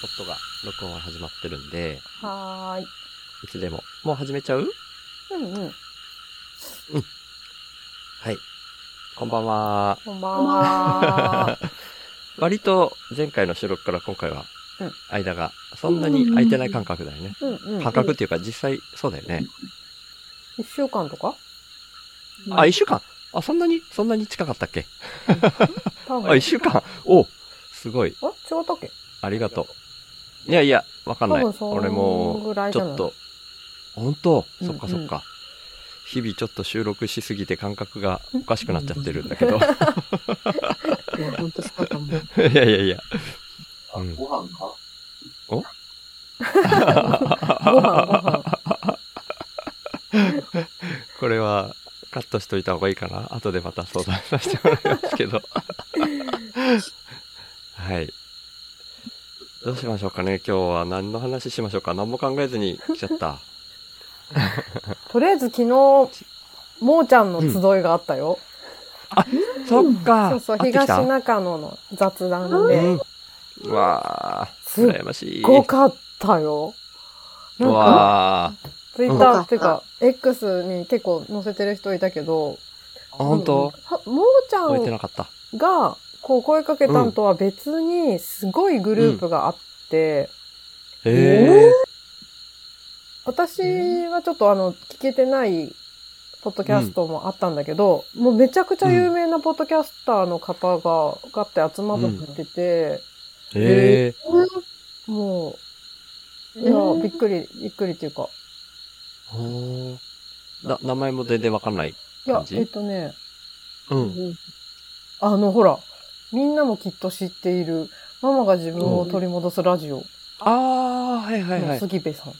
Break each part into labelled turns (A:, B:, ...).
A: ポットが録音は始まってるんで、
B: はーい。
A: いつでも。もう始めちゃう
B: うんうん。
A: はい。こんばんは。
B: こんばんは。
A: 割と前回の収録から今回は
B: うん、
A: 間がそんなに空いてない感覚だよね。
B: うんうん。
A: 感覚っていうか実際そうだよね。
B: 一週間とか
A: あ、一週間あ、そんなにそんなに近かったっけ
B: 多分。
A: あ、
B: あ、
A: 一週間おすごい。
B: 違ったっけ
A: ありがとう。いやいや、わかんない
B: 多分。そん
A: 俺も、
B: ぐらい
A: ち
B: じゃ
A: ょ
B: ない
A: っと、本当
B: うん
A: そっかそっか。日々ちょっと収録しすぎて感覚がおかしくなっちゃってるんだけ ど。
C: いや、ほんとそうかも。
A: いやいやいや。うん
D: ご飯か
B: ご飯ご飯。
A: これはカットしといた方がいいかな後でまた相談させてもらいますけど はいどうしましょうかね今日は何の話しましょうか何も考えずに来ちゃった
B: とりあえず昨日、もーちゃんの集いがあったよ。
A: そっか
B: そうそう、
A: 会ってき
B: 東
A: た
B: 中野の雑談
A: う
B: で
A: ん。うわあ
B: すっ
A: 羨ましい
B: ごかったよ。
A: う
B: なんか、
A: わあ
B: ツイッ
C: よ
B: タ
C: か
B: ー
C: った
B: っていうか、X に結構載せてる人いたけど、
A: 本当
B: はもーちゃ
A: 覚え
B: ん
A: てなかった
B: が、こう声かけたんとは別に、すごいグループがあって、
A: へえ
B: 私はちょっとあの、聞けてない、ポッドキャストもあったんだけど、もうめちゃくちゃ有名なポッドキャスターの方が、がって集まってて、
A: へえ
B: もう、い
C: えー
B: や、びっくり、びっくりっていうか。
A: ほうな名前も全然わかんない
B: いや
A: 感、じ
B: えっとね、
A: う
C: うんん
B: あの、ほら、みんなもきっと知っている、ママが自分を取り戻すラジオ
A: ああはいはいは
B: の
A: い関
B: 杉部さん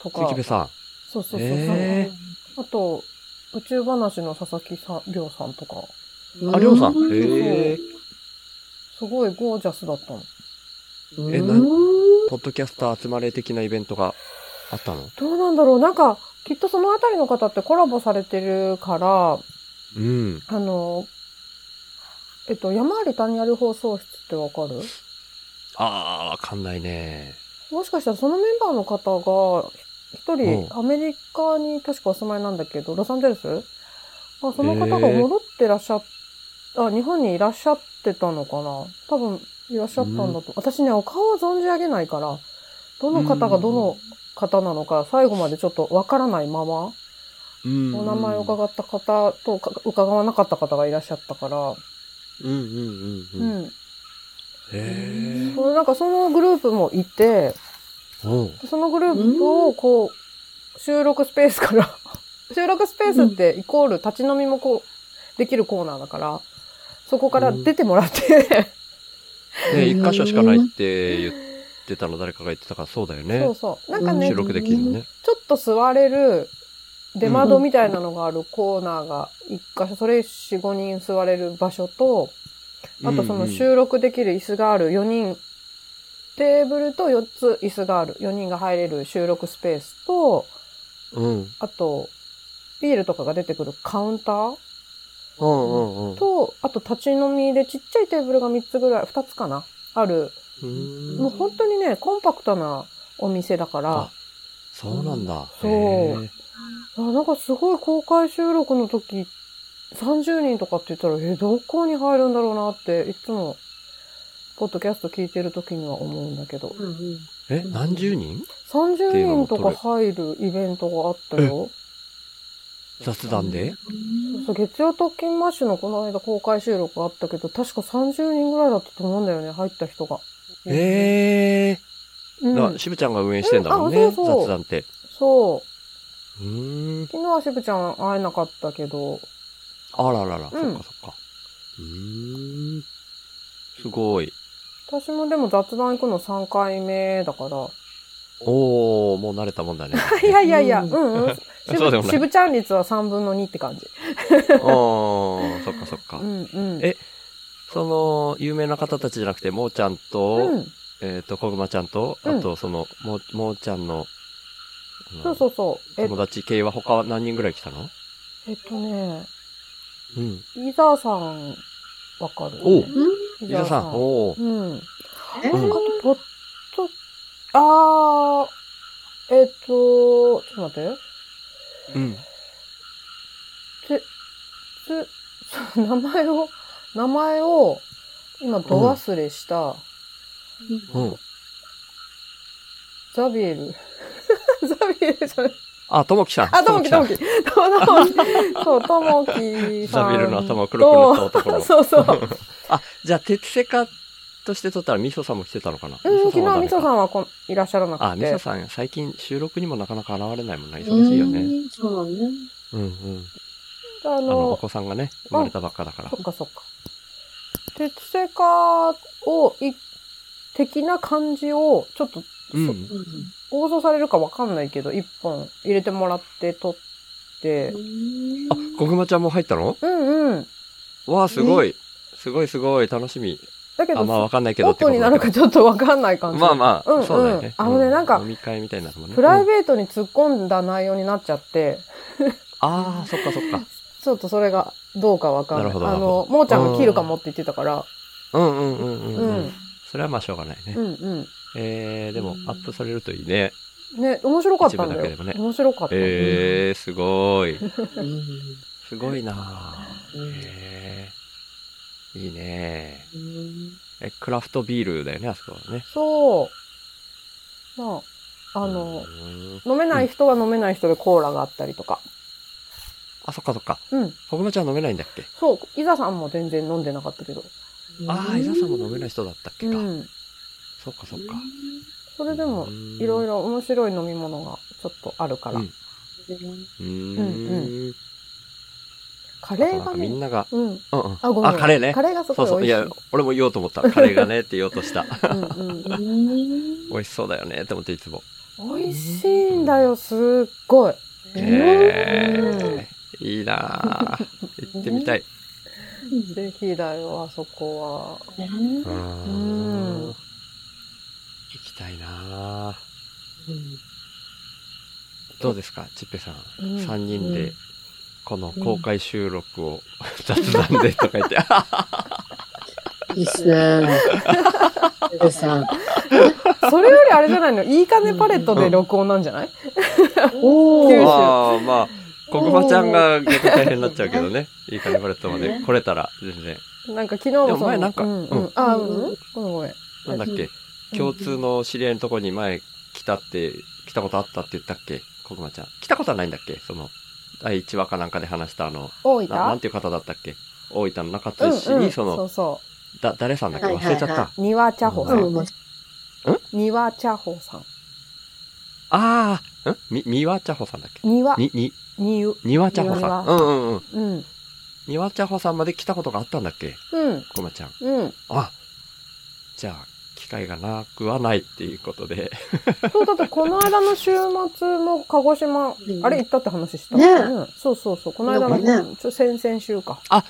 B: とか、
A: 部さ
B: そうそうそう、
A: え
B: あと、宇宙話の佐々木さん、りょうさんとか、
A: んありょうさん
C: う
A: へえ
B: すごいゴージャスだったの。
A: えな
C: うん
A: ポッドキャスター集まれ的なイベントがあったの
B: どうなんだろうなんか、きっとそのあたりの方ってコラボされてるから、
A: うん
B: あの、えっと、山あり谷あり放送室ってわかる
A: ああ、わかんないね。
B: もしかしたらそのメンバーの方が、一
A: う
B: 人、
A: ん
B: アメリカに確かお住まいなんだけど、ロサンゼルスあその方が戻ってらっしゃっ、あ、日本にいらっしゃってたのかな多分、いらっしゃったんだと。私ね、お顔は存じ上げないから、どの方がどの方なのか、最後までちょっとわからないまま、
A: うん
B: お名前を伺った方とか伺わなかった方がいらっしゃったから、
A: うんうんう
B: うん
A: うん。へ
B: ん。
A: え。
B: そのなんかそのグループもいて、
A: おう
B: そのグループをこう、収録スペースから、 収録スペースってイコール立ち飲みもこう、できるコーナーだから、そこから出てもらって、
A: ね一箇所しかないって言ってたの誰かが言ってたからそうだよね
B: そう。そう。なんか
C: う
B: ね、
A: 収
B: ちょ
A: 録できるのね。
B: っと座れる出窓みたいなのがあるコーナーが一箇所、それ4、5人座れる場所と、あとそ
A: う
B: の
A: ん
B: 収録できる椅子がある4人、テーブルと4つ椅子がある4人が入れる収録スペースと、
A: うん。うん
B: あと、ビールとかが出てくるカウンター
A: うんうんうん。
B: と、あと立ち飲みでちっちゃいテーブルが3つぐらい、2つかなある。
A: うん
B: もう本当にね、コンパクトなお店だから
A: あ、そうなんだ。
B: そう
A: へえ
B: あなんかすごい公開収録の時、30人とかって言ったら、え、どこに入るんだろうなって、いつも、ポッドキャスト聞いてる時には思うんだけど、
C: うんうん
A: え、何十人
B: 30人とか入るイベントがあったよ。
A: 雑談で
B: そう月曜特勤マッシュのこの間公開収録あったけど、確か30人ぐらいだったと思うんだよね、入った人が。
A: へえ。
B: う
A: だか
B: ん
A: ら、。しぶちゃんが運営してんだもんね。
B: うんあそうそう
A: 雑談って。
B: そう。
A: うーん。
B: 昨日はしぶちゃん会えなかったけど、
A: あららら、
B: う
A: そっか
B: ん
A: そっか。うーん。すごい。
B: 私もでも雑談行くの3回目だから。
A: おー、もう慣れたも んだね。
B: いやいやいや、う
C: うん
B: んうん。し
A: そうでもな
B: ぶ
A: い
B: しぶちゃん率は3分の2って感じ。
A: おー、そっかそっか
B: う。んうん。
A: えその、有名な方たちじゃなくて、もーちゃんと、
B: うん。
A: えっ、と、こぐまちゃんと、
B: うん
A: あと、その、もー、もーちゃんの、あの
B: そうそうそう。え
A: 友達系は他は何人ぐらい来たの
B: えっとね、
A: うん。
B: 伊沢さん、わかる
A: おう
C: う
A: 伊
C: ん
A: 沢さん、おー。
B: うん。あ
C: え
B: と、ポッと、あー、えっ、と、ちょっと待って。
A: うん。
B: つ、つ、そう名前を、名前を、今、ど忘れした、
A: うん。
B: ザビエル。ザビエル じゃない。
A: あ、ともきさん。
B: あ、ともき、
A: さ
B: と
A: ん
B: もき。ともき。そう、ともきさ
A: ザ
B: ん。
A: ビエルの頭を黒く塗った男の
B: そうそう。
A: あ、じゃあ、鉄セカとして撮ったら、みそさんも来てたのかな。
B: うん、昨日、み
A: み
B: そ
A: そ
B: さ
A: んは
B: んはこんいらっしゃら
A: ダ
B: な
A: メか。あ、
B: く
A: みそ
B: て。
A: さん、最近収録にもなかなか現れないもんな、
C: う
A: 忙
C: ん
A: しいよね。。
C: そうだね。
A: うんうん。
B: あ
A: あの、お
B: の、
A: 子さんがね、生まれたばっかだから
B: そ。っかそっか。鉄製化を、い、的な感じを、ちょっと、
A: うん。
C: う
B: 放送されるかわかんないけど、一本入れてもらって撮って、
C: ん。
A: あ、こぐまちゃんも入ったの
B: うんうん。
A: わあ、すごい。すごいすごい、楽しみ。
B: だけど、
A: あ、まあ、わかんないけ
B: オ
A: ど
B: ー
A: って
B: プ
A: こ
B: ン
A: と
B: に
A: だ
B: な
A: け
B: る
A: ど
B: かちょっとわかんない感じ。
A: まあまあ、
B: うん
A: そうだよね。
B: うんあのね
A: う
B: なんか
A: 飲み会みたいなのもね。
B: プライ
A: うん
B: ベートに突っ込んだ内容になっちゃって、
A: ああ、そっかそっか。
B: ちょっとそれがどうかわかんな。
A: ないるほど
B: あ
A: なるほ
B: の、もーちゃんが切るかもって言ってたから、
A: うんうんうんうん。
B: う
A: うん
B: ん、
A: それはまあしょうがないね。
B: うん、うん。
A: えー、でも、アップされるといいね。
B: ね、面白かったんだ
A: 一部だけ
B: よ
A: でも。ね
B: 面白かった。
A: えー、すごい。
C: うん。
A: すごいなぁ。
C: うん
A: へーいいね
C: うん
A: え、クラフトビールだよね、あそこはね。
B: そう。まあ、あの、
A: うん
B: 飲めない人は飲めない人でコーラがあったりとか。
A: あ、そっかそっか。
B: うん。
A: こぐまちゃん飲めないんだっけ
B: そう、伊沢さんも全然飲んでなかったけど。
A: ああ、伊沢さんも飲めないい人だったっけ
B: う
A: か。
B: ん。
A: そっかそっか。
B: それでも
A: う、ん
B: いろいろ面白い飲み物がちょっとあるから。
A: うんうー
B: うん
A: ん。
B: カ
A: あと
B: レー
A: なん
B: が
A: かみん
B: ね。
A: なが、
B: うん。
A: うんうん。
B: あ、ごめん。
A: あカレーね
B: カレーがす
A: そ
B: ご
A: うそ。
B: いう美
A: い
B: 味し
A: や、俺も言おうと思った。カレーがねって言おうと した。
B: い。うんうん
C: うん。
A: 美味しそうだよねって思っていつも。
B: 美味しいんだよ、すっごい。
A: えー、いいなぁ。 行ってみたい。
B: ぜひだよ、あそこは。
C: ね
A: う
B: う
A: ん。
B: ん
A: 行きたいなぁ。どうですか、チッペさん。
B: うん
A: 3人
C: う
A: で
C: ん、
A: この公開収録を 雑談でとか言って、あ
C: いいっすね。ペペさん。
B: それよりあれじゃないの、いい金パレットで録音なんじゃない
C: お
B: 九州
C: ー。
A: まあまあ、こぐまちゃんが逆に大変になっちゃうけどね。いいカニパレットまで来れたら、全然。
B: なんか昨日もそ
A: で
B: の
A: も前なんか
B: うんう
A: うんん。
B: あ、う
C: うん
B: んごめんごめん。
A: なんだっけ、
B: うん
A: 共通の知り合いのとこに前来たって、来たことあったって言ったっけこぐまちゃん。来たことはないんだっけその、第1話かなんかで話したあの、
B: 大分
A: ななんていう方だったっけ大分の中津市に、その、
B: そうそ
A: だ、誰さんだっけ
C: はい
A: 忘
C: はい
A: れちゃった。
B: う。
C: は
B: 庭茶穂さ。
C: うんん、まあ
B: 庭茶穂さん。
A: ああ、んみ、みわちゃほさんだっけ
B: 庭、
A: に、に、
B: にう。
A: にわちゃほさん。う
B: にわ
A: んうんうん。
B: うん。
A: にわちゃほさんまで来たことがあったんだっけ
B: うん。
A: こまちゃん。
B: うん。
A: あ、じゃあ、機会がなくはないっていうことで。
B: そう、だってこの間の週末も鹿児島、
C: うん
B: あれ行ったって話した。
C: ねえ
B: うんそうそうそう。この間
C: なんか
B: の、ちょ先々週か。
A: は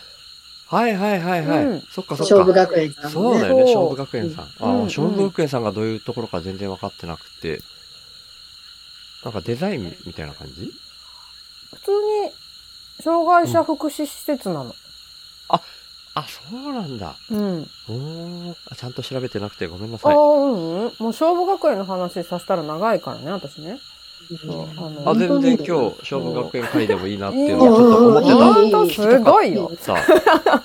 A: いはいはいはい。
B: うん
A: そっかそっか。
C: 勝負学園さん
A: そ
C: も
A: う
C: ね。
A: だよね、
B: そ
A: 勝
B: う
A: 負学園さん。あ
B: う
A: あ
B: んうん
A: ー、勝負学園さんがどういうところか全然分かってなくて。なんかデザインみたいな感じ
B: 普通に、障害者福祉施設なの。
A: あ、そうなんだ。
B: うん。
A: うーん。あちゃんと調べてなくてごめんな
B: あ
A: さ
B: あ、
A: い。
B: うんうん。もう、勝負学園の話させたら長いからね、私ね。そうあの
A: あ、全然今日、勝負学園会でもいいなっていうのはちょっと思ってた。
B: ほんと、すごいよ。
A: さ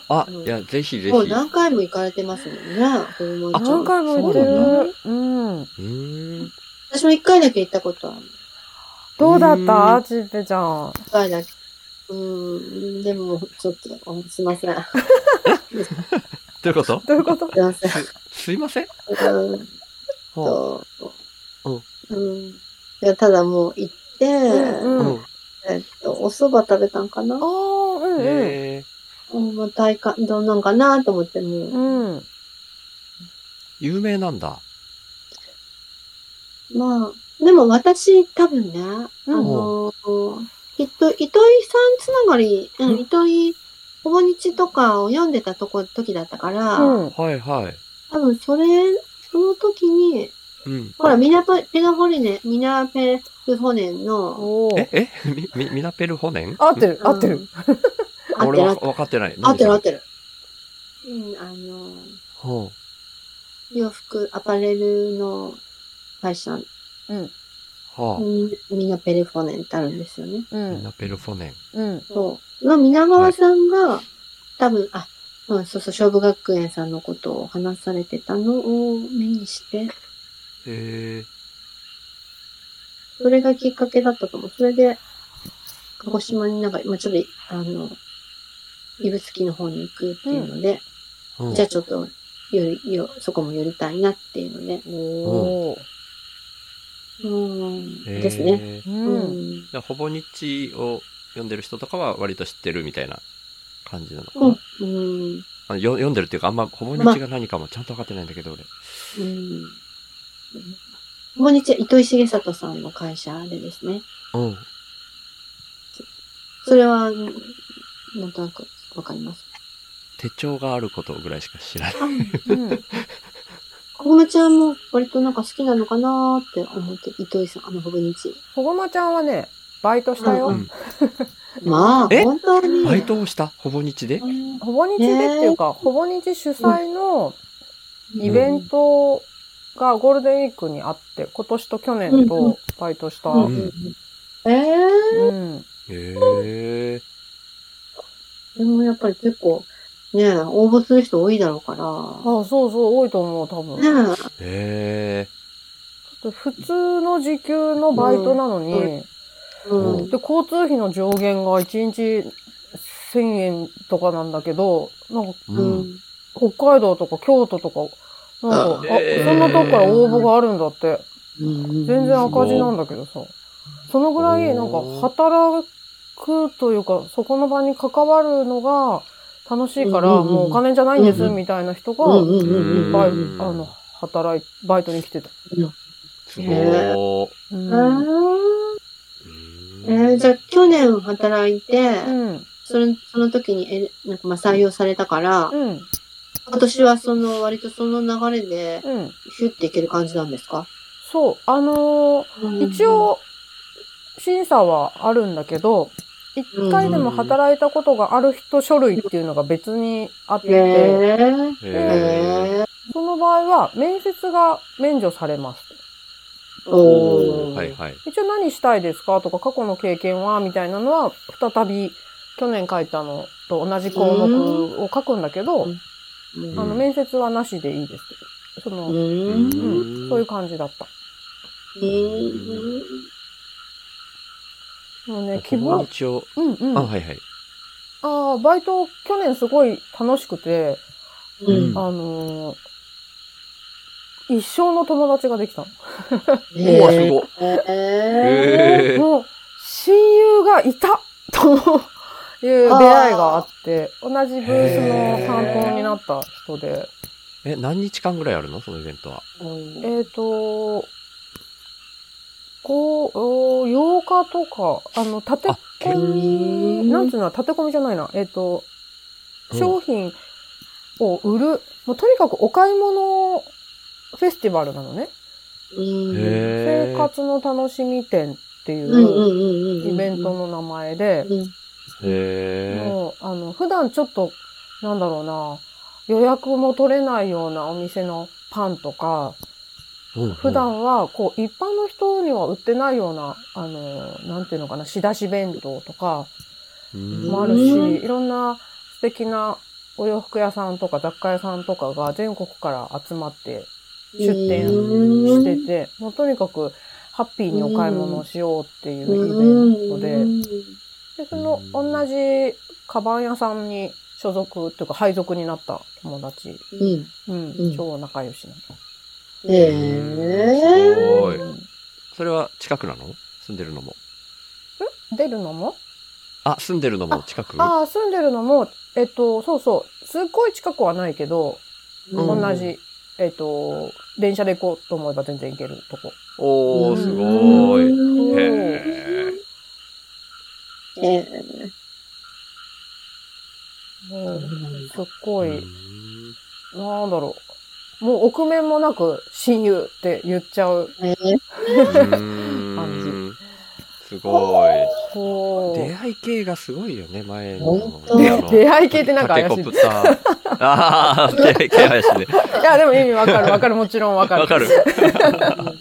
A: あ、あ、
C: うん
A: いや、ぜひぜひ。
C: もう
A: う
C: 何回も行かれてますもんね。ほんまに
B: 何回も言っ
A: そ
B: て
A: うな
B: る。うん。
A: ーん。
C: 私も一回だけ行ったことある。
B: どうだった
A: う
B: ちっぺちゃん。
C: 一回だけ。うーん、でも、ちょっと、あすいません。す
A: ということ
B: どういうこと
C: いません。
A: す いません。
C: うーん
A: ほ
C: と、うん。いや、ただもう行って、
B: うん
A: う
B: うん。あ
A: ん。
C: えっと、お蕎麦食べたんかな
B: あ、うんうん。
A: えー、
C: うん、まあ、体感、どんなんかなと思って、もう、
B: うん。
A: 有名なんだ。
C: まあ、でも私、多分ね、あのー、きっと、糸井さんつながり、うん
A: うん
C: 糸井、ほぼ日とかを読んでたとこ、時だったから、
B: うん。
A: はいはい。
C: 多分それ、その時に、
A: うん。
C: ほら、ミナペペナホリネ、ミナペルホネンの、
B: おー
A: え、えみ、み、ミナペルホネン
B: 合ってる、
C: うん
B: 合ってる。
C: 合って
A: 俺
C: る
A: は
C: 合ってる
A: 分かってない。
C: 合ってる合っ
A: る。
C: てる。うん、あのー、
A: ほ
C: 洋服、アパレルの会社、
B: うん。
A: は
C: みみんなペレフォネンってあるんですよね。
B: う
A: あ、みん
B: ん。
A: なペルフォネン。
B: うん。
C: そう。の皆川さんが、多分、あ、うん、そうそう、勝負学園さんのことを話されてたのを目にして、
A: へえ。
C: それがきっかけだったと思う。それで、鹿児島になんか、今ちょっと、あの、指宿の方に行くっていうので、
A: うん
C: じゃあちょっと、より、よ、そこも寄りたいなっていうので、
B: おー。
C: うん、
A: へー
C: ですね。
A: じ
C: う
B: うん。
C: ん。
A: ゃあ、ほぼ日を読んでる人とかは割と知ってるみたいな感じなのかな。
C: うん。うん。
A: あのよ読んでるっていうか、あんまほぼ日が何かもちゃんと分かってないんだけど、俺。
C: うん。こんにちは、糸井重里さんの会社でですね。
A: うん。
C: それは、うんなんとなくわかります。
A: 手帳があることぐらいしか知らない。
C: あ、
B: うん。
C: こぐまちゃんも割となんか好きなのかなーって思って、糸井さん、あの、ほぐにち。
B: ほごまちゃんはね、バイトしたよ。
C: う
A: うん。
C: まあ、
A: え
C: 本当に。
A: バイトをしたほぼ日で
C: うん
B: ほぼ日でっていうか、ほぼ日主催のイベントがゴールデンウィークにあって、今年と去年とバイトした。
C: う
B: う。
C: んうんんうんえ
B: うん。
A: へえ。
C: ー、でもやっぱり結構、ねえ応募する人多いだろうから。
B: ああ、そうそう、多いと思う、多分。
C: ね
A: へえ。
B: 普通の時給のバイトなのに、
C: え、うん。
B: で、交通費の上限が1日1000円とかなんだけど、なんか
A: う。
C: うんん。
B: 北海道とか京都とか、なんか、あ、
A: えー
B: そんなとこから応募があるんだって、
C: うん
B: 全然赤字なんだけどさ。そのぐらい、なんか
A: おー、
B: 働くというか、そこの場に関わるのが楽しいから、
C: うんうんうん
B: もうお金じゃないんで
C: うん
B: す、
C: うん
B: みたいな人
C: う
B: が、
C: ん
B: いっ
C: うんうんうん。
B: ぱい、あ
A: うん
B: の、働い、バイトに来てた。
A: すご
B: う
C: え
B: ん。
C: ーえ
A: ー。
C: ー、じゃあ去年働いて、
B: うん。
C: それその時にえなんかまあ採用されたから、
B: うん。
C: 今年はその割とその流れで
B: うん。
C: ヒュッていける感じなんですか、
B: そう。あのー一、応、審査はあるんだけど、一回でも働いたことがある人書類っていうのが別にあっ
C: へ
B: て、
C: えー、
A: へえ。
C: え
B: その場合は面接が免除されます。
C: ー、
A: お
C: お
A: ー
C: ー
A: はいはい。
B: 一応何したいですかとか過去の経験はみたいなのは、再び去年書いたのと同じ項目を書くんだけど、
C: うんうん
B: あの、面接はなしでいいですけど。その、
C: うん
A: う
B: うんん、そういう感じだった。
C: うん
B: もうね、希
A: ほぼ
B: 望、
A: 日を。
B: うんうん。
A: あ、
B: あ
A: はいはい。
B: あー、バイト、去年すごい楽しくて、
C: うん
B: あのー一生の友達ができたの。
A: おお、すごい。
C: えー、
A: へえ。
B: もう、親友がいた という出会いがあって、同じブースの担当になった人で、
A: え、何日間ぐらいあるのそのイベントは。
B: えっ、と、こう、お8日とか、あの、立て
A: あ
B: 込
C: け
B: み、なんつうの、立て込みじゃないな、えっ、と、
A: うん
B: 商品を売る、もうとにかくお買い物フェスティバルなのね。
C: うん
A: へえ。
B: 生活の楽しみ店ってい
C: うんうん
B: う
C: うんうん
B: イベントの名前で、
C: うん
A: へ
B: もう、あの、普段ちょっと、なんだろうな、予約も取れないようなお店のパンとか、
A: え。
B: 普段は、こう、一般の人には売ってないような、あの、なんていうのかな、仕出し弁当とかもあるし、
C: うん
B: いろんな素敵なお洋服屋さんとか雑貨屋さんとかが全国から集まって出店してて、もうとにかく、ハッピーにお買い物をしようっていうイベントで、で、その、同じ、カバン屋さんに所属っていうか配属になった友達。
C: うん
B: うん。
C: うん
B: 超仲良しなの。
C: え
A: す
C: ー、
A: ごい
B: うん
A: それは近くなの住んでるのも。
B: 出るのも
A: あ、住んでるのも近く
B: ああ、住んでるのも、えっと、そうそう。すっごい近くはないけど、
A: うん
B: 同じ、えっと、電車で行こうと思えば全然行けるとこ。
A: お
C: う
A: お
C: ん
A: すごい。
B: うん
A: へー
C: えー
B: もう、
C: うん
B: すっごい、
A: うん
B: なんだろう。もう、臆面もなく、親友って言っちゃう。
C: えー
A: うーんすごい。
B: ほ
A: 出
B: う。
A: 会い系がすごいよね、前の
C: 本。当
A: あの
B: 出会い系ってなんか怪しい
A: タケコプターああ、出会い系怪しい ね。
B: いや、でも意味わかるわかる、もちろんわかる。
A: わかる。
B: 突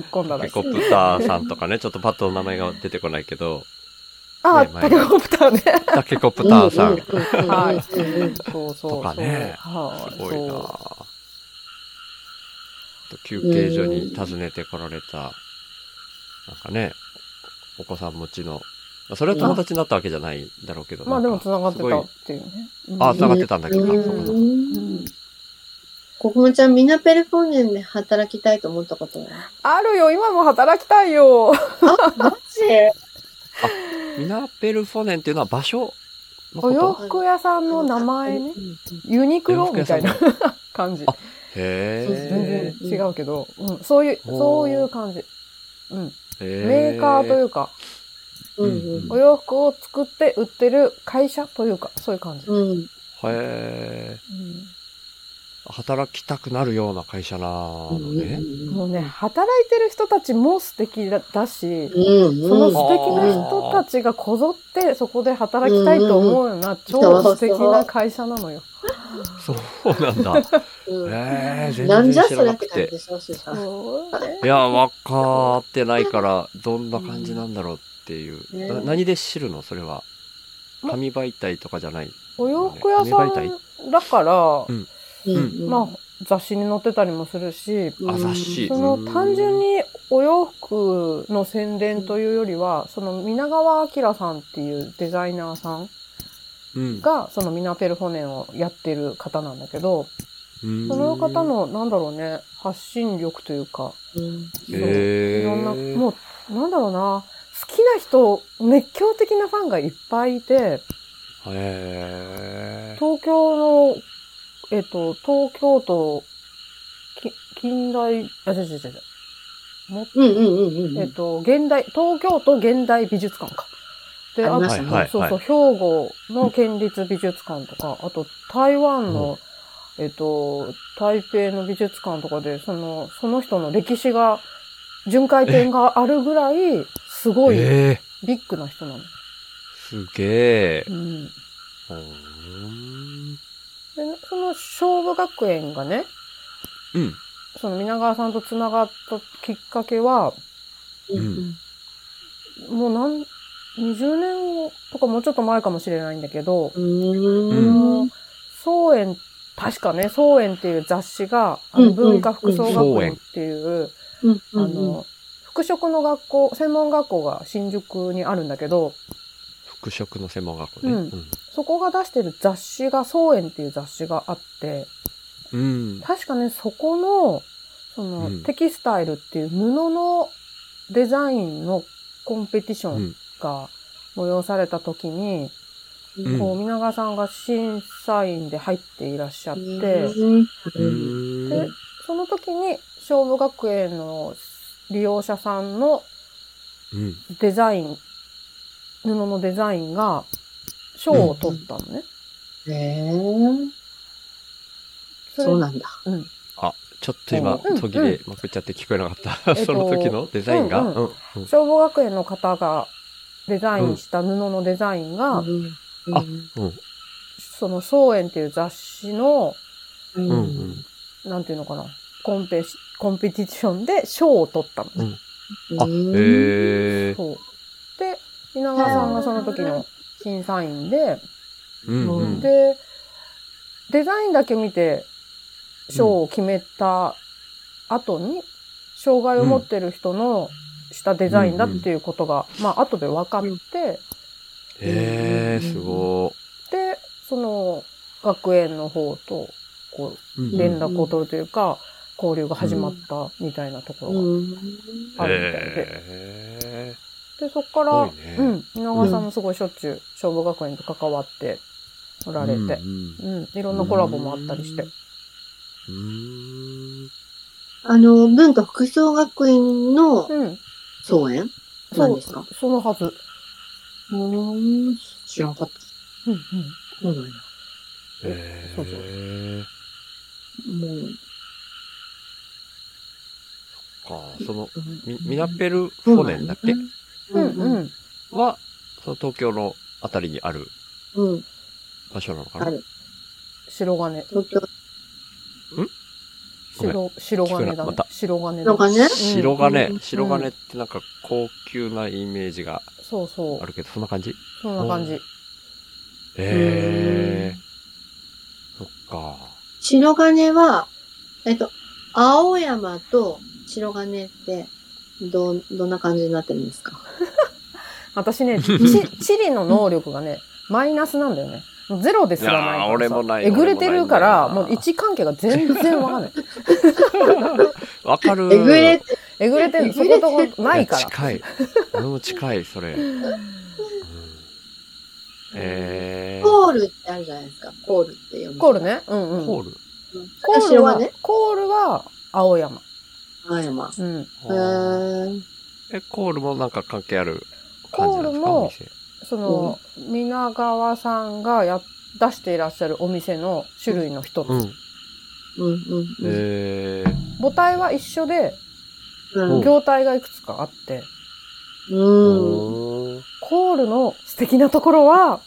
B: っ込んだ
A: タ
B: ら
A: ケ。コプターさんとかね、ちょっとパッと名前が出てこないけど、
B: あ、
A: ね
B: タケコプターね。
A: タケコプターさん。す
B: はい
C: うんうん。
B: そうそうそう。
A: とかね
B: はい、
A: ごいな
B: そう
A: あと休憩所に訪ねてこられた、なんかね、お子さん持ちの、まあそれは友達になったわけじゃないんだろうけど。
B: まあでも
A: なんか
B: 繋がって
A: すご
B: た
A: い
B: っていうね。
A: あ、
B: うん
A: 繋がってたんだけど、
C: う
A: あ
C: ん
A: そうかそうか
B: うん
C: ここもちゃん、みんなペルフォーネンで働きたいと思ったことは
B: あるよ、今も働きたいよ。
C: マジ
A: ミナペルフォネンっていうのは場所の
B: お
A: こ
B: 洋
A: と
B: 服屋さんの名前ね。ユニクロみたいな
A: 洋
B: 感じ
A: あ。
B: 全
A: へ
B: 然違うけど、うん、そういう、
A: ほう
B: そういう感じ。うん。
A: え。へ
B: メーカーというか、
C: うん
A: うん
B: お洋服を作って売ってる会社というか、そういう感じ。う
C: うん。うん。
A: へえ。
B: ん
A: 働きたくなるような会社なのね。
B: もうね、働いてる人たちも素敵だだし、
C: うん。
B: その
C: うん
B: 素敵な人たちがこぞってそこで働きたいと思うような超素敵な会社なのよ。
A: そうなんだ。
C: う ん
A: へえ、全
C: な
A: 然
C: んじゃ
A: 知
C: そ
A: ら
C: れ
A: な
C: って
A: く
C: 感じ
A: て。
C: でしょ、スーさん。
B: そ
A: い
B: う
A: や、わかってないから、どんな感じなんだろうっていう。
C: ね
A: な何で知るのそれは。
B: ま
A: 紙媒体とかじゃない。
B: お洋服屋さんだか
A: ん
B: ら、まあ雑誌に載ってたりもするし、
C: うん
A: あ、雑誌。
B: その
A: うん
B: 単純。にお洋服の宣伝というよりは、その皆川明さんっていうデザイナーさん
A: うん。
B: が、そのミナペルホネンをやってる方なんだけど、
A: うん
B: その方。の、なんだろうね、発信力というか、
C: うん。
B: そう
A: へえ。
B: いろんな、もう、なんだろうな、好きな人、熱狂的なファンがいっぱいいて、
A: へえ。
B: 東京の、えっと、東京都、き近代、あ、違う違う違う違う。
C: うんうんうんうん。
B: えっと、現代、東京都現代美術館か。で、
C: あり
B: あ
C: ま
B: と
C: したね
A: はい
B: そうそう、兵庫の県立美術館とか、あと台湾の、えっと、台北の美術館とかで、その、その人の歴史が、巡回展があるぐらい、すごい
A: ええ。
B: ビッグな人なの。
A: すげえ
B: う。ん。
A: うーん。
B: で、その、勝負学園がね、
A: うん。
B: その皆川さんと繋がったきっかけは、
C: うん
B: もう何、20年とかもうちょっと前かもしれないんだけど、
C: うん。うん。
B: 総園、確かね、総園っていう雑誌が、あの
C: うん
B: 文化服装
A: うん
B: 学園っていう、あの、服飾の学校、専門学校が新宿にあるんだけど、
A: 服飾の専門学校ね。
B: うんそこが出してる雑誌が、総園っていう雑誌があって、
A: うん。
B: 確かね、そこの、その、
A: うん
B: テキスタイルっていう布のデザインのコンペティションが催された時に、
A: うん
B: こう、皆川さんが審査員で入っていらっしゃって、
A: うん。
B: で、その時に、勝負学園の利用者さんの
A: うん。
B: デザイン、布のデザインが、賞を取ったのね。
C: へえ。そうなんだ。
B: のうん。
A: あ、ちょっと今
B: うんうん、
A: 途切れまくっちゃって聞こえなかった。
B: と
A: その時のデザインが。
B: うんう
A: うん。うん
B: 勝負学園の方がデザインした布のデザインが、その、荘園っていう雑誌の、
C: う
A: うんうん。
B: なんていうのかな、コンペし、コンペティションで賞を取ったのね。
A: あ、へえ。
B: そう。で、稲川さんがその時の審査員で、
A: うんうん。
B: で、デザインだけ見て、賞を決めた後に、障害を持ってる人のしたデザインだっていうことが、まあ、後で分かって、
A: へえ、すご
B: で、その、学園の方と、こ
A: い。うん
B: う、連絡を取るというか、交流が始まったみたいなところがあるみたいで。
A: へえ。
B: で、そこか
A: 多
B: ら、
A: いね
B: うん、稲川さんもすごいしょっちゅう、消防学園と関わっておられて、
A: うん
B: うん、いろんなコラボもあったりして。
A: うん。
C: あの、文化服装学院の
B: うん、
C: 総園なんですか
B: そのはず。
C: うん。知らんかった。
B: うんうん。
C: そうなんや。
A: へ
B: そうそう
A: え。
C: もう、
A: か、その、
C: うん
A: みミナペルフォネンだっけ
B: うんうん。
A: は、その東京のあたりにある
C: うん。うん。
A: 場所なのか
C: あ
A: な
C: る。
B: 白金。
C: 東京
A: ごめん
B: 白、白金
A: 聞くな
B: だ
A: ま
B: ね
A: た。
B: 白金だ
C: のがね。
A: 白金、
C: うん
A: 白金ってなんか高級なイメージが
B: そうそ
A: あ
B: う。
A: るけど、そんな感じ
B: そんな感じ。
A: へえ。そっか。
C: 白金は、えっと、青山と白金って、どう、どんな感じになってるんですか
B: 私ね、ち地理の能力がね、マイナスなんだよね。ゼロですらないから
A: い
B: さ。
A: やー俺もない
B: えぐれてるから、
A: 俺も
B: も
A: ない
B: う
A: んだよな
B: 位置関係が全然わかんない。
A: わかる。
C: えぐれ、
B: えぐ れてる、そことこないから。
A: 近い。俺も近い、それ。うんへえ。
C: コールってあるじゃないですか。コールって読む。
B: コール。ね。うんうん。
A: ホール
C: うん、
B: コール
C: 白
B: は
C: 金、
B: コールは青山。
C: 青山。
B: うん。
C: へー
A: え、コールもなんか関係ある感じなんですか
B: コールも
A: お店
B: その、皆川さんがや出していらっしゃるお店の種類の一つ。
A: うん。
C: うんうんうん。
A: へえ。
B: 母体は一緒で、
C: うん
B: 業態がいくつかあって、
C: うん。
B: コールの素敵なところは、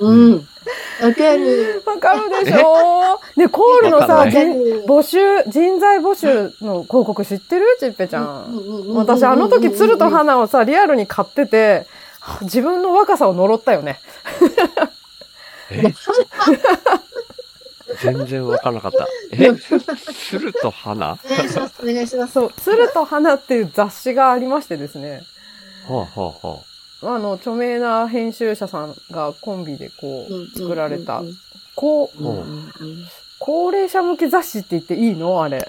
C: うん。わかる。
B: わかるでしょね、コールの
A: わかん
B: さ、
A: ない
C: わか
B: 人
C: る。
B: 募集、人材募集の広告知ってるちっぺちゃん。
C: ん
B: 私、あの時、鶴と
C: 花
B: 花をさ、リアルに買ってて、はあ自分の若さを呪ったよね。
A: え全然わからなかった。え鶴と花は
C: お願いします。お願いします。
B: そう、鶴と花っていう雑誌がありましてですね。
A: あはあは
B: あの、著名な編集者さんがコンビでこ
C: うん
B: う、作られた
C: うんう、ん
B: こう、
C: うん
B: 高齢者向け雑誌って言っていいのあれ。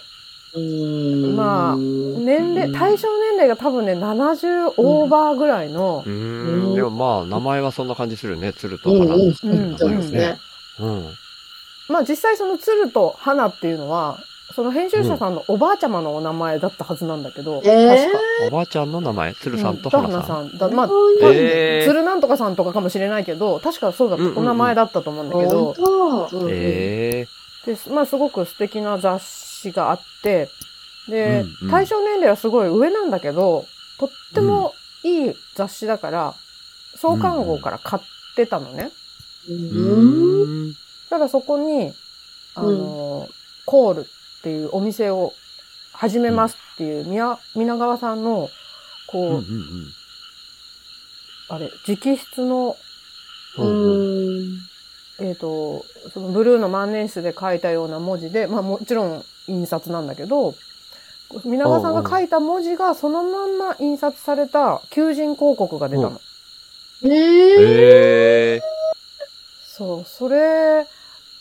C: うん
B: まあ
C: うん
B: 年齢、対象年齢が多分ね、70オーバーぐらいの
A: う、ーん。でもまあ、名前はそんな感じするね。鶴と
C: うん
A: 花。
C: うん
B: うん
A: ん
C: そうですね。
A: うん。
B: まあ実際その鶴と花っていうのは、その編集者さんのおばあちゃまのお名前だったはずなんだけど、
C: ええ
A: おばあちゃんの名前鶴
B: 確
A: さ
B: か。
A: んと花さん。
B: ん。だまあ、
A: ええー
B: 鶴なんとかさんとかかもしれないけど、確かそうだっ
A: うんうんう
B: た。
A: ん
B: お名前だったと思うんだけど、
C: ど
A: ええ
B: で、まあすごく素敵な雑誌があって、で、
A: うんうん
B: 対象年齢はすごい上なんだけど、とってもいい雑誌だから、創刊号から買ってたのね。
A: ー。うーん。
B: ただそこに、あの、コールっていうお店を始めますっていう、宮、皆川さんの、こ
A: う
B: う、
A: んうん
B: あれ、直筆の、
A: うん。
B: えっ、と、そのブルーの万年筆で書いたような文字で、まあもちろん印刷なんだけど、皆川さんが書いた文字がそのまんま印刷された求人広告が出たの。
A: うん
C: ええ
A: ええ
B: そう、それ、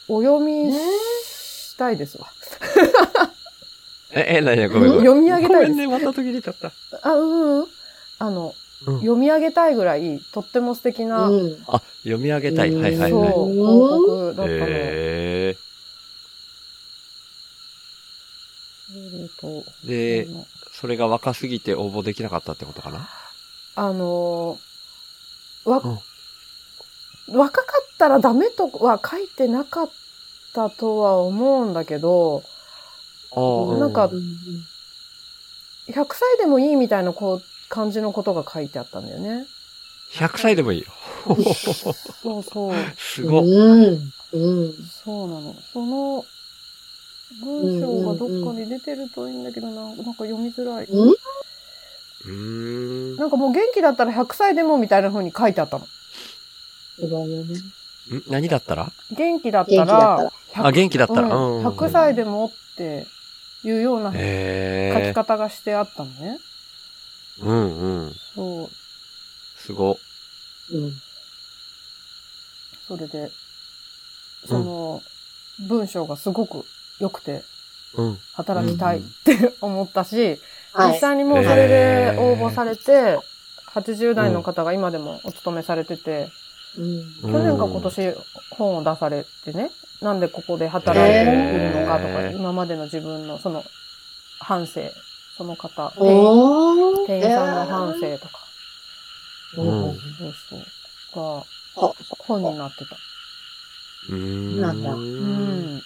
B: お読みしたいですわ。
A: え、え、なになにごめんごめん。
B: 読み上げたいで
A: ご
B: す
A: めんね、また途切れちゃった。
B: あ、うん、うん。あの、
A: うん
B: 読み上げたいぐらい、とっても素敵な、
A: あ、読み上げたい。
C: うん
A: はい
B: そう、
A: はいはい。
B: 報告だったの。
A: え
B: えーと
A: えで、それが若すぎて応募できなかったってことかな
B: あのーわ、若かったらダメとは書いてなかったとは思うんだけど、
A: あー
B: なんか100歳でもいいみたいなこう感じのことが書いてあったんだよね。
A: 100歳でもいいよ。
B: そうそう。
A: すごっ。
B: そうなの。その文章がどっかに出てるといいんだけどな、なんか読みづらい。
A: うーん。
B: なんかもう元気だったら100歳でもみたいな風に書いてあったの。
A: ん何だったら
B: 元気だっ
C: 元
B: た
C: 気だったら
B: ら、
A: あ、元気だったら。
B: うん
A: うん。
B: 100歳でもっていうような書き
A: ええ
B: 方がしてあったのね。
A: うんうん。
B: そう。
A: すごっ。
B: それで、その、文章がすごく良くて、
A: うん。
B: 働きたいって思ったし、実際にもうそれ
A: へ
B: で
A: ー
B: 応募されて、80代の方が今でもお勤めされてて、
A: うん
B: 去年か今年本を出されてね、なんでここで働いているのかとか、
A: へー
B: 今までの自分のその反省、その方、店員
C: お
B: 店員さんの反省とか、そうそう、が本になってた。
A: うーん。
C: なんだ
B: うん。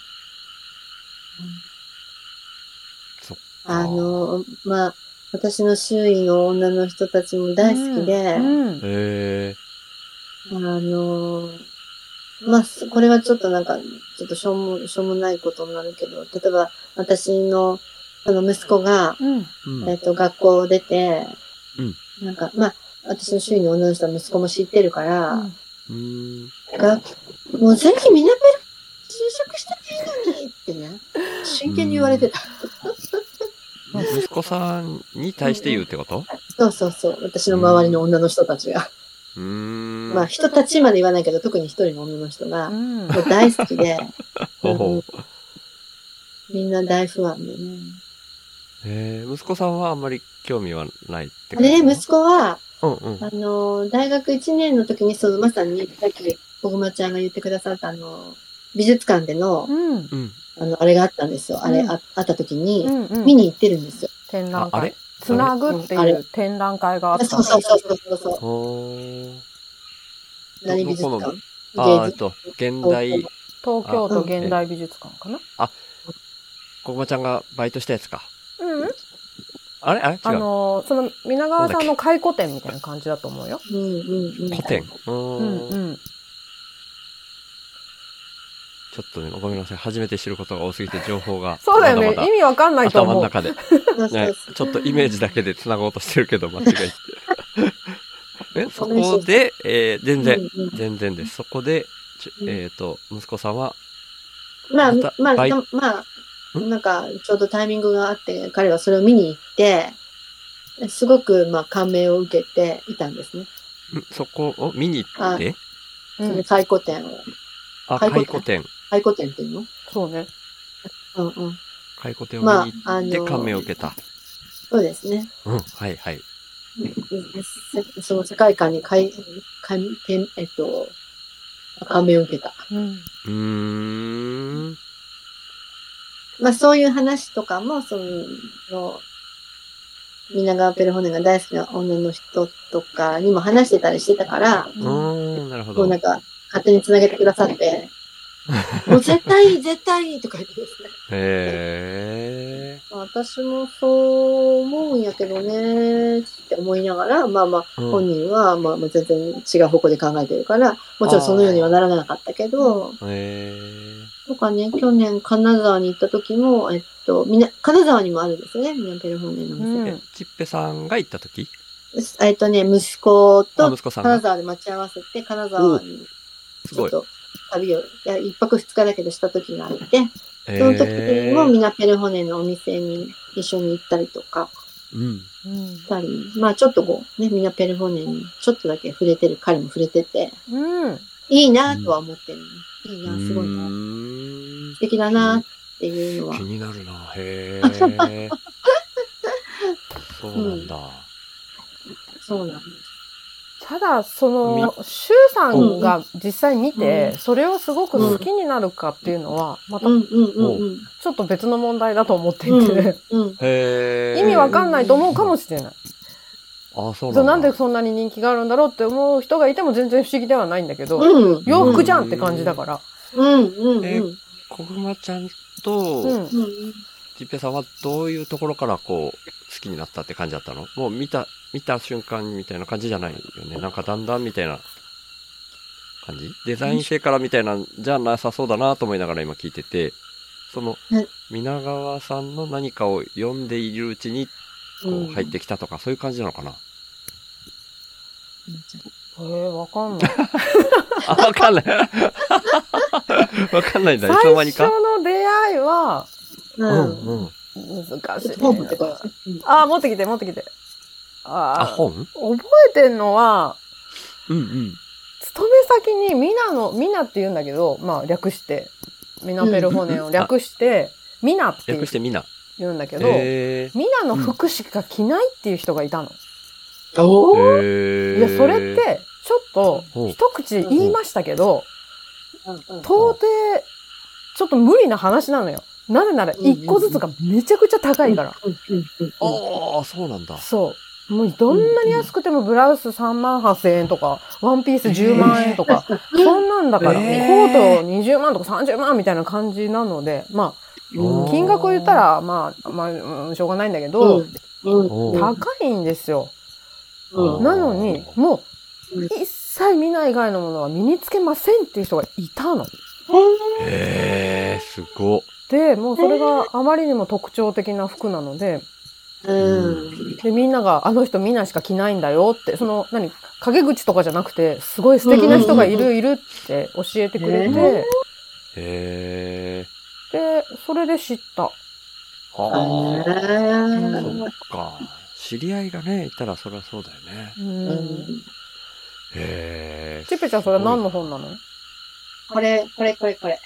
A: そっか。
C: あの、まあ、私の周囲の女の人たちも大好きで、
B: うん。
A: え
C: あのーまあ、すこれはちょっとなんか、ちょっとしょうも、しょうもないことになるけど、例えば、私の、あの、息子が、
B: うん。
A: ーうん
C: えっ、と、学校を出て、なんか、まあ、私の周囲の女の人は息子も知ってるから、
A: うん。
C: が、もうぜひ南ベル就職したらいいのにってね、真剣に言われてた。
A: 息子さんに対して言うってこと
C: そうそうそう、私の周りの女の人たちが。
A: うーん。
C: まあ、人たちまで言わないけど、特に一人の女の人
B: う
C: が、
B: ん。
C: もう大好きで、
A: ほうほう
C: うんみんな大不安でね。
A: えー息子さんはあんまり興味はないって
C: で、息子は、
A: 子。うんうん。
C: あの、大学1年の時に、その、まさに、さっき、小熊ちゃんが言ってくださった、あの、美術館での、
B: うん。
A: うん。
C: あの、あれがあったんですよ。あれ、
B: うん
C: ああった時に、
B: うん。
C: 見に行ってるんですよ。
B: 展
A: あ
B: 覧、
A: あれ
B: 会。つなぐって
C: あ
B: い
C: れ
B: う展覧会があった。
C: そうそうそうそうそ
A: ほー。
C: う。何美術
A: どこ
C: 館
A: あー、えっ
C: 芸術
A: と、現代、
B: 東京都現代美術館かな。
A: ここちゃんがバイトしたやつか。
B: うん。
A: あれあれ違う。
B: あのー、その、皆川さんの回顧展みたいな感じだと思うよ。
C: うんうんうん。
A: 古典。うー
B: うんんうん。
A: ちょっとね、ごめんなさい。初めて知ることが多すぎて情報が。
B: そうだよ
A: ま
B: ね。
A: ま
B: 意味わかんないと
A: 頭の
B: 思う。
A: 中で。
C: そうそう
A: ね
C: そう、
A: ちょっとイメージだけで繋ごうとしてるけど、間違いっ て。え、そこで、えー全然、
C: うんうん
A: 全然です。そこで、ちょ
C: うん
A: えっ、と、息子さんは、
C: まあ、
A: また
C: まあ、
A: バイ
C: でもまあ、
A: ん
C: なんか、ちょうどタイミングがあって、彼はそれを見に行って、すごく、まあ、感銘を受けていたんですね。
A: んそこを見に行って、
B: う
C: その
B: ん。
C: 回顧展を。
A: あ、
C: 回
A: 回
C: 顧
A: 顧展。
C: 回顧展っていうの
B: そうね。
C: うんうん。
A: 回顧展を見
C: まあ
A: に行
C: あ
A: っ
C: の
A: て感銘を受けた。
C: そうですね。
A: うん、はいはい。
C: せその世界観にかい、かい、てえっと、感銘を受けた。
B: うん。
A: うーん。
C: まあそういう話とかも、その、皆川ペルホネが大好きな女の人とかにも話してたりしてたから、
A: うーん、なるほ
C: もう
A: ど。
C: なんか、勝手に繋げてくだ さって、もう絶対いい、絶対いいとか言ってですね。
A: へえ。
C: 私もそう思うんやけどね、って思いながら、まあまあ、
A: うん
C: 本人は、まあ、もう全然違う方向で考えてるから、もちろんそのようにはならなかったけど、
A: へ
C: とかね、去年金沢に行った時も、えっと、みな、金沢にもあるんですよね、ミナペルホンネのお
B: う
A: え。
B: ん
C: 店。
A: えちっぺさんが行った時
C: えっとね、息子
A: あ、
C: と
A: 息子さん
C: 金
A: が。
C: 沢で待ち合わせて、金沢に
A: す
C: ちょ
A: ご
C: っ
A: い。
C: と旅を、いや、一泊二日だけどした時があって、
A: そ
C: その時もミナペルホネのお店に一緒に行ったりとか、
A: うん。
B: うん。
C: したり、まあちょっとこう、ね、ミナペルホネにちょっとだけ触れてる、彼も触れてて、
B: うん。
C: いいなとは思ってる、いいうな、すごいな、
A: ーん
C: 素敵だなっていうのは
A: 気。になるな。へえ。 そうなんだ。
C: そうなんで
B: ただ、その、シュウさんが実際見て、
C: う
B: それをすごく好きになるかっていうのは、また
C: うんうんうんうん。
B: ちょっと別の問題だと思っていて、
C: うんうん。
A: へえ。
B: 意味わかんないと思うかもしれな
A: あ、
B: い。
A: そう
B: そうな
A: なんんだ
B: で。そんなに人気があるんだろうって思う人がいても全然不思議ではないんだけど、
C: うん。
B: 洋服じゃんって感じだから。
C: うんうんうん。
A: え小熊ちゃんと、
B: うん。
C: うんうん
A: ちっぺさんはどういうところからこう、好きになったって感じだったのもう見た、見た瞬間みたいな感じじゃないよね。なんかだんだんみたいな感じデザイン性からみたいなんじゃなさそうだなと思いながら今聞いてて、その
C: ね、
A: 皆川さんの何かを読んでいるうちにこう入ってきたとか、そういう感じなのかな
B: えー、わか んない。
A: あ、わかんない。わかんないんだ。いつの間
B: 最
A: に
B: 初
A: か。
B: の出会いは、
C: う。
A: うん
C: うん。
A: んうん。
B: 難し
C: ちょっ
B: い
C: と本持ってこよう。うん
B: あー、持ってきて、持ってきて。あ
A: あ、
B: あ、覚
A: 本
B: えてんのは、
A: うんうん。
B: 勤め先にミナの、ミナって言うんだけど、まあ略して、ミナペルホネを略して、ミナって
A: 略してみな。
B: 言うんだけど、
A: へえ。
B: ミナの服しか着ないっていう人がいたの。
C: おー
A: へえ。
B: いや、それっ、て、ちょっと
A: ほう、
B: 一口言いましたけど、
C: うんうん
B: 到底、ちょっと無理な話なのよ。なぜなら、一個ずつがめちゃくちゃ高いから。
C: うんうんうん
A: ああ、そうなんだ。
B: そう。もうどんなに安くてもブラウス3万8千円とか、ワンピース10万円とか、そんなんだから、コ
A: えー
B: ート20万とか30万みたいな感じなので、まあ、
A: うん
B: 金額を言ったら、まあ、まあ、うんしょうがないんだけど、
C: うんうん。
A: た
B: 高いんですよ。
C: うん
B: なのに、も
C: う、
B: うん一切見ない以外のものは身につけませんっていう人がいたの。
A: へえ、すごっ。
B: で、もうそれがあまりにも特徴的な服なので、
C: うん。
B: で、みんなが、あの人みんなしか着ないんだよって、その、何、陰口とかじゃなくて、すごい素敵な人がい
C: うんうん
B: る、いるって教えてくれ
C: ね
B: て、
A: へえ。
B: で、それで知った。
A: はあ。そ
C: あ
A: っか。知り合いがね、いたらそりゃそうだよね。
B: う
C: あ。
B: ん。
A: へえ。
B: チペちゃん、それは何の本なの
C: これ、これ、これ、これ。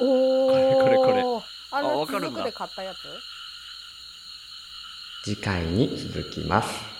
B: お
A: ーこれこれこれ。
B: あ
A: れあわかるんだ
B: で買ったやつ
D: 次回に続きます。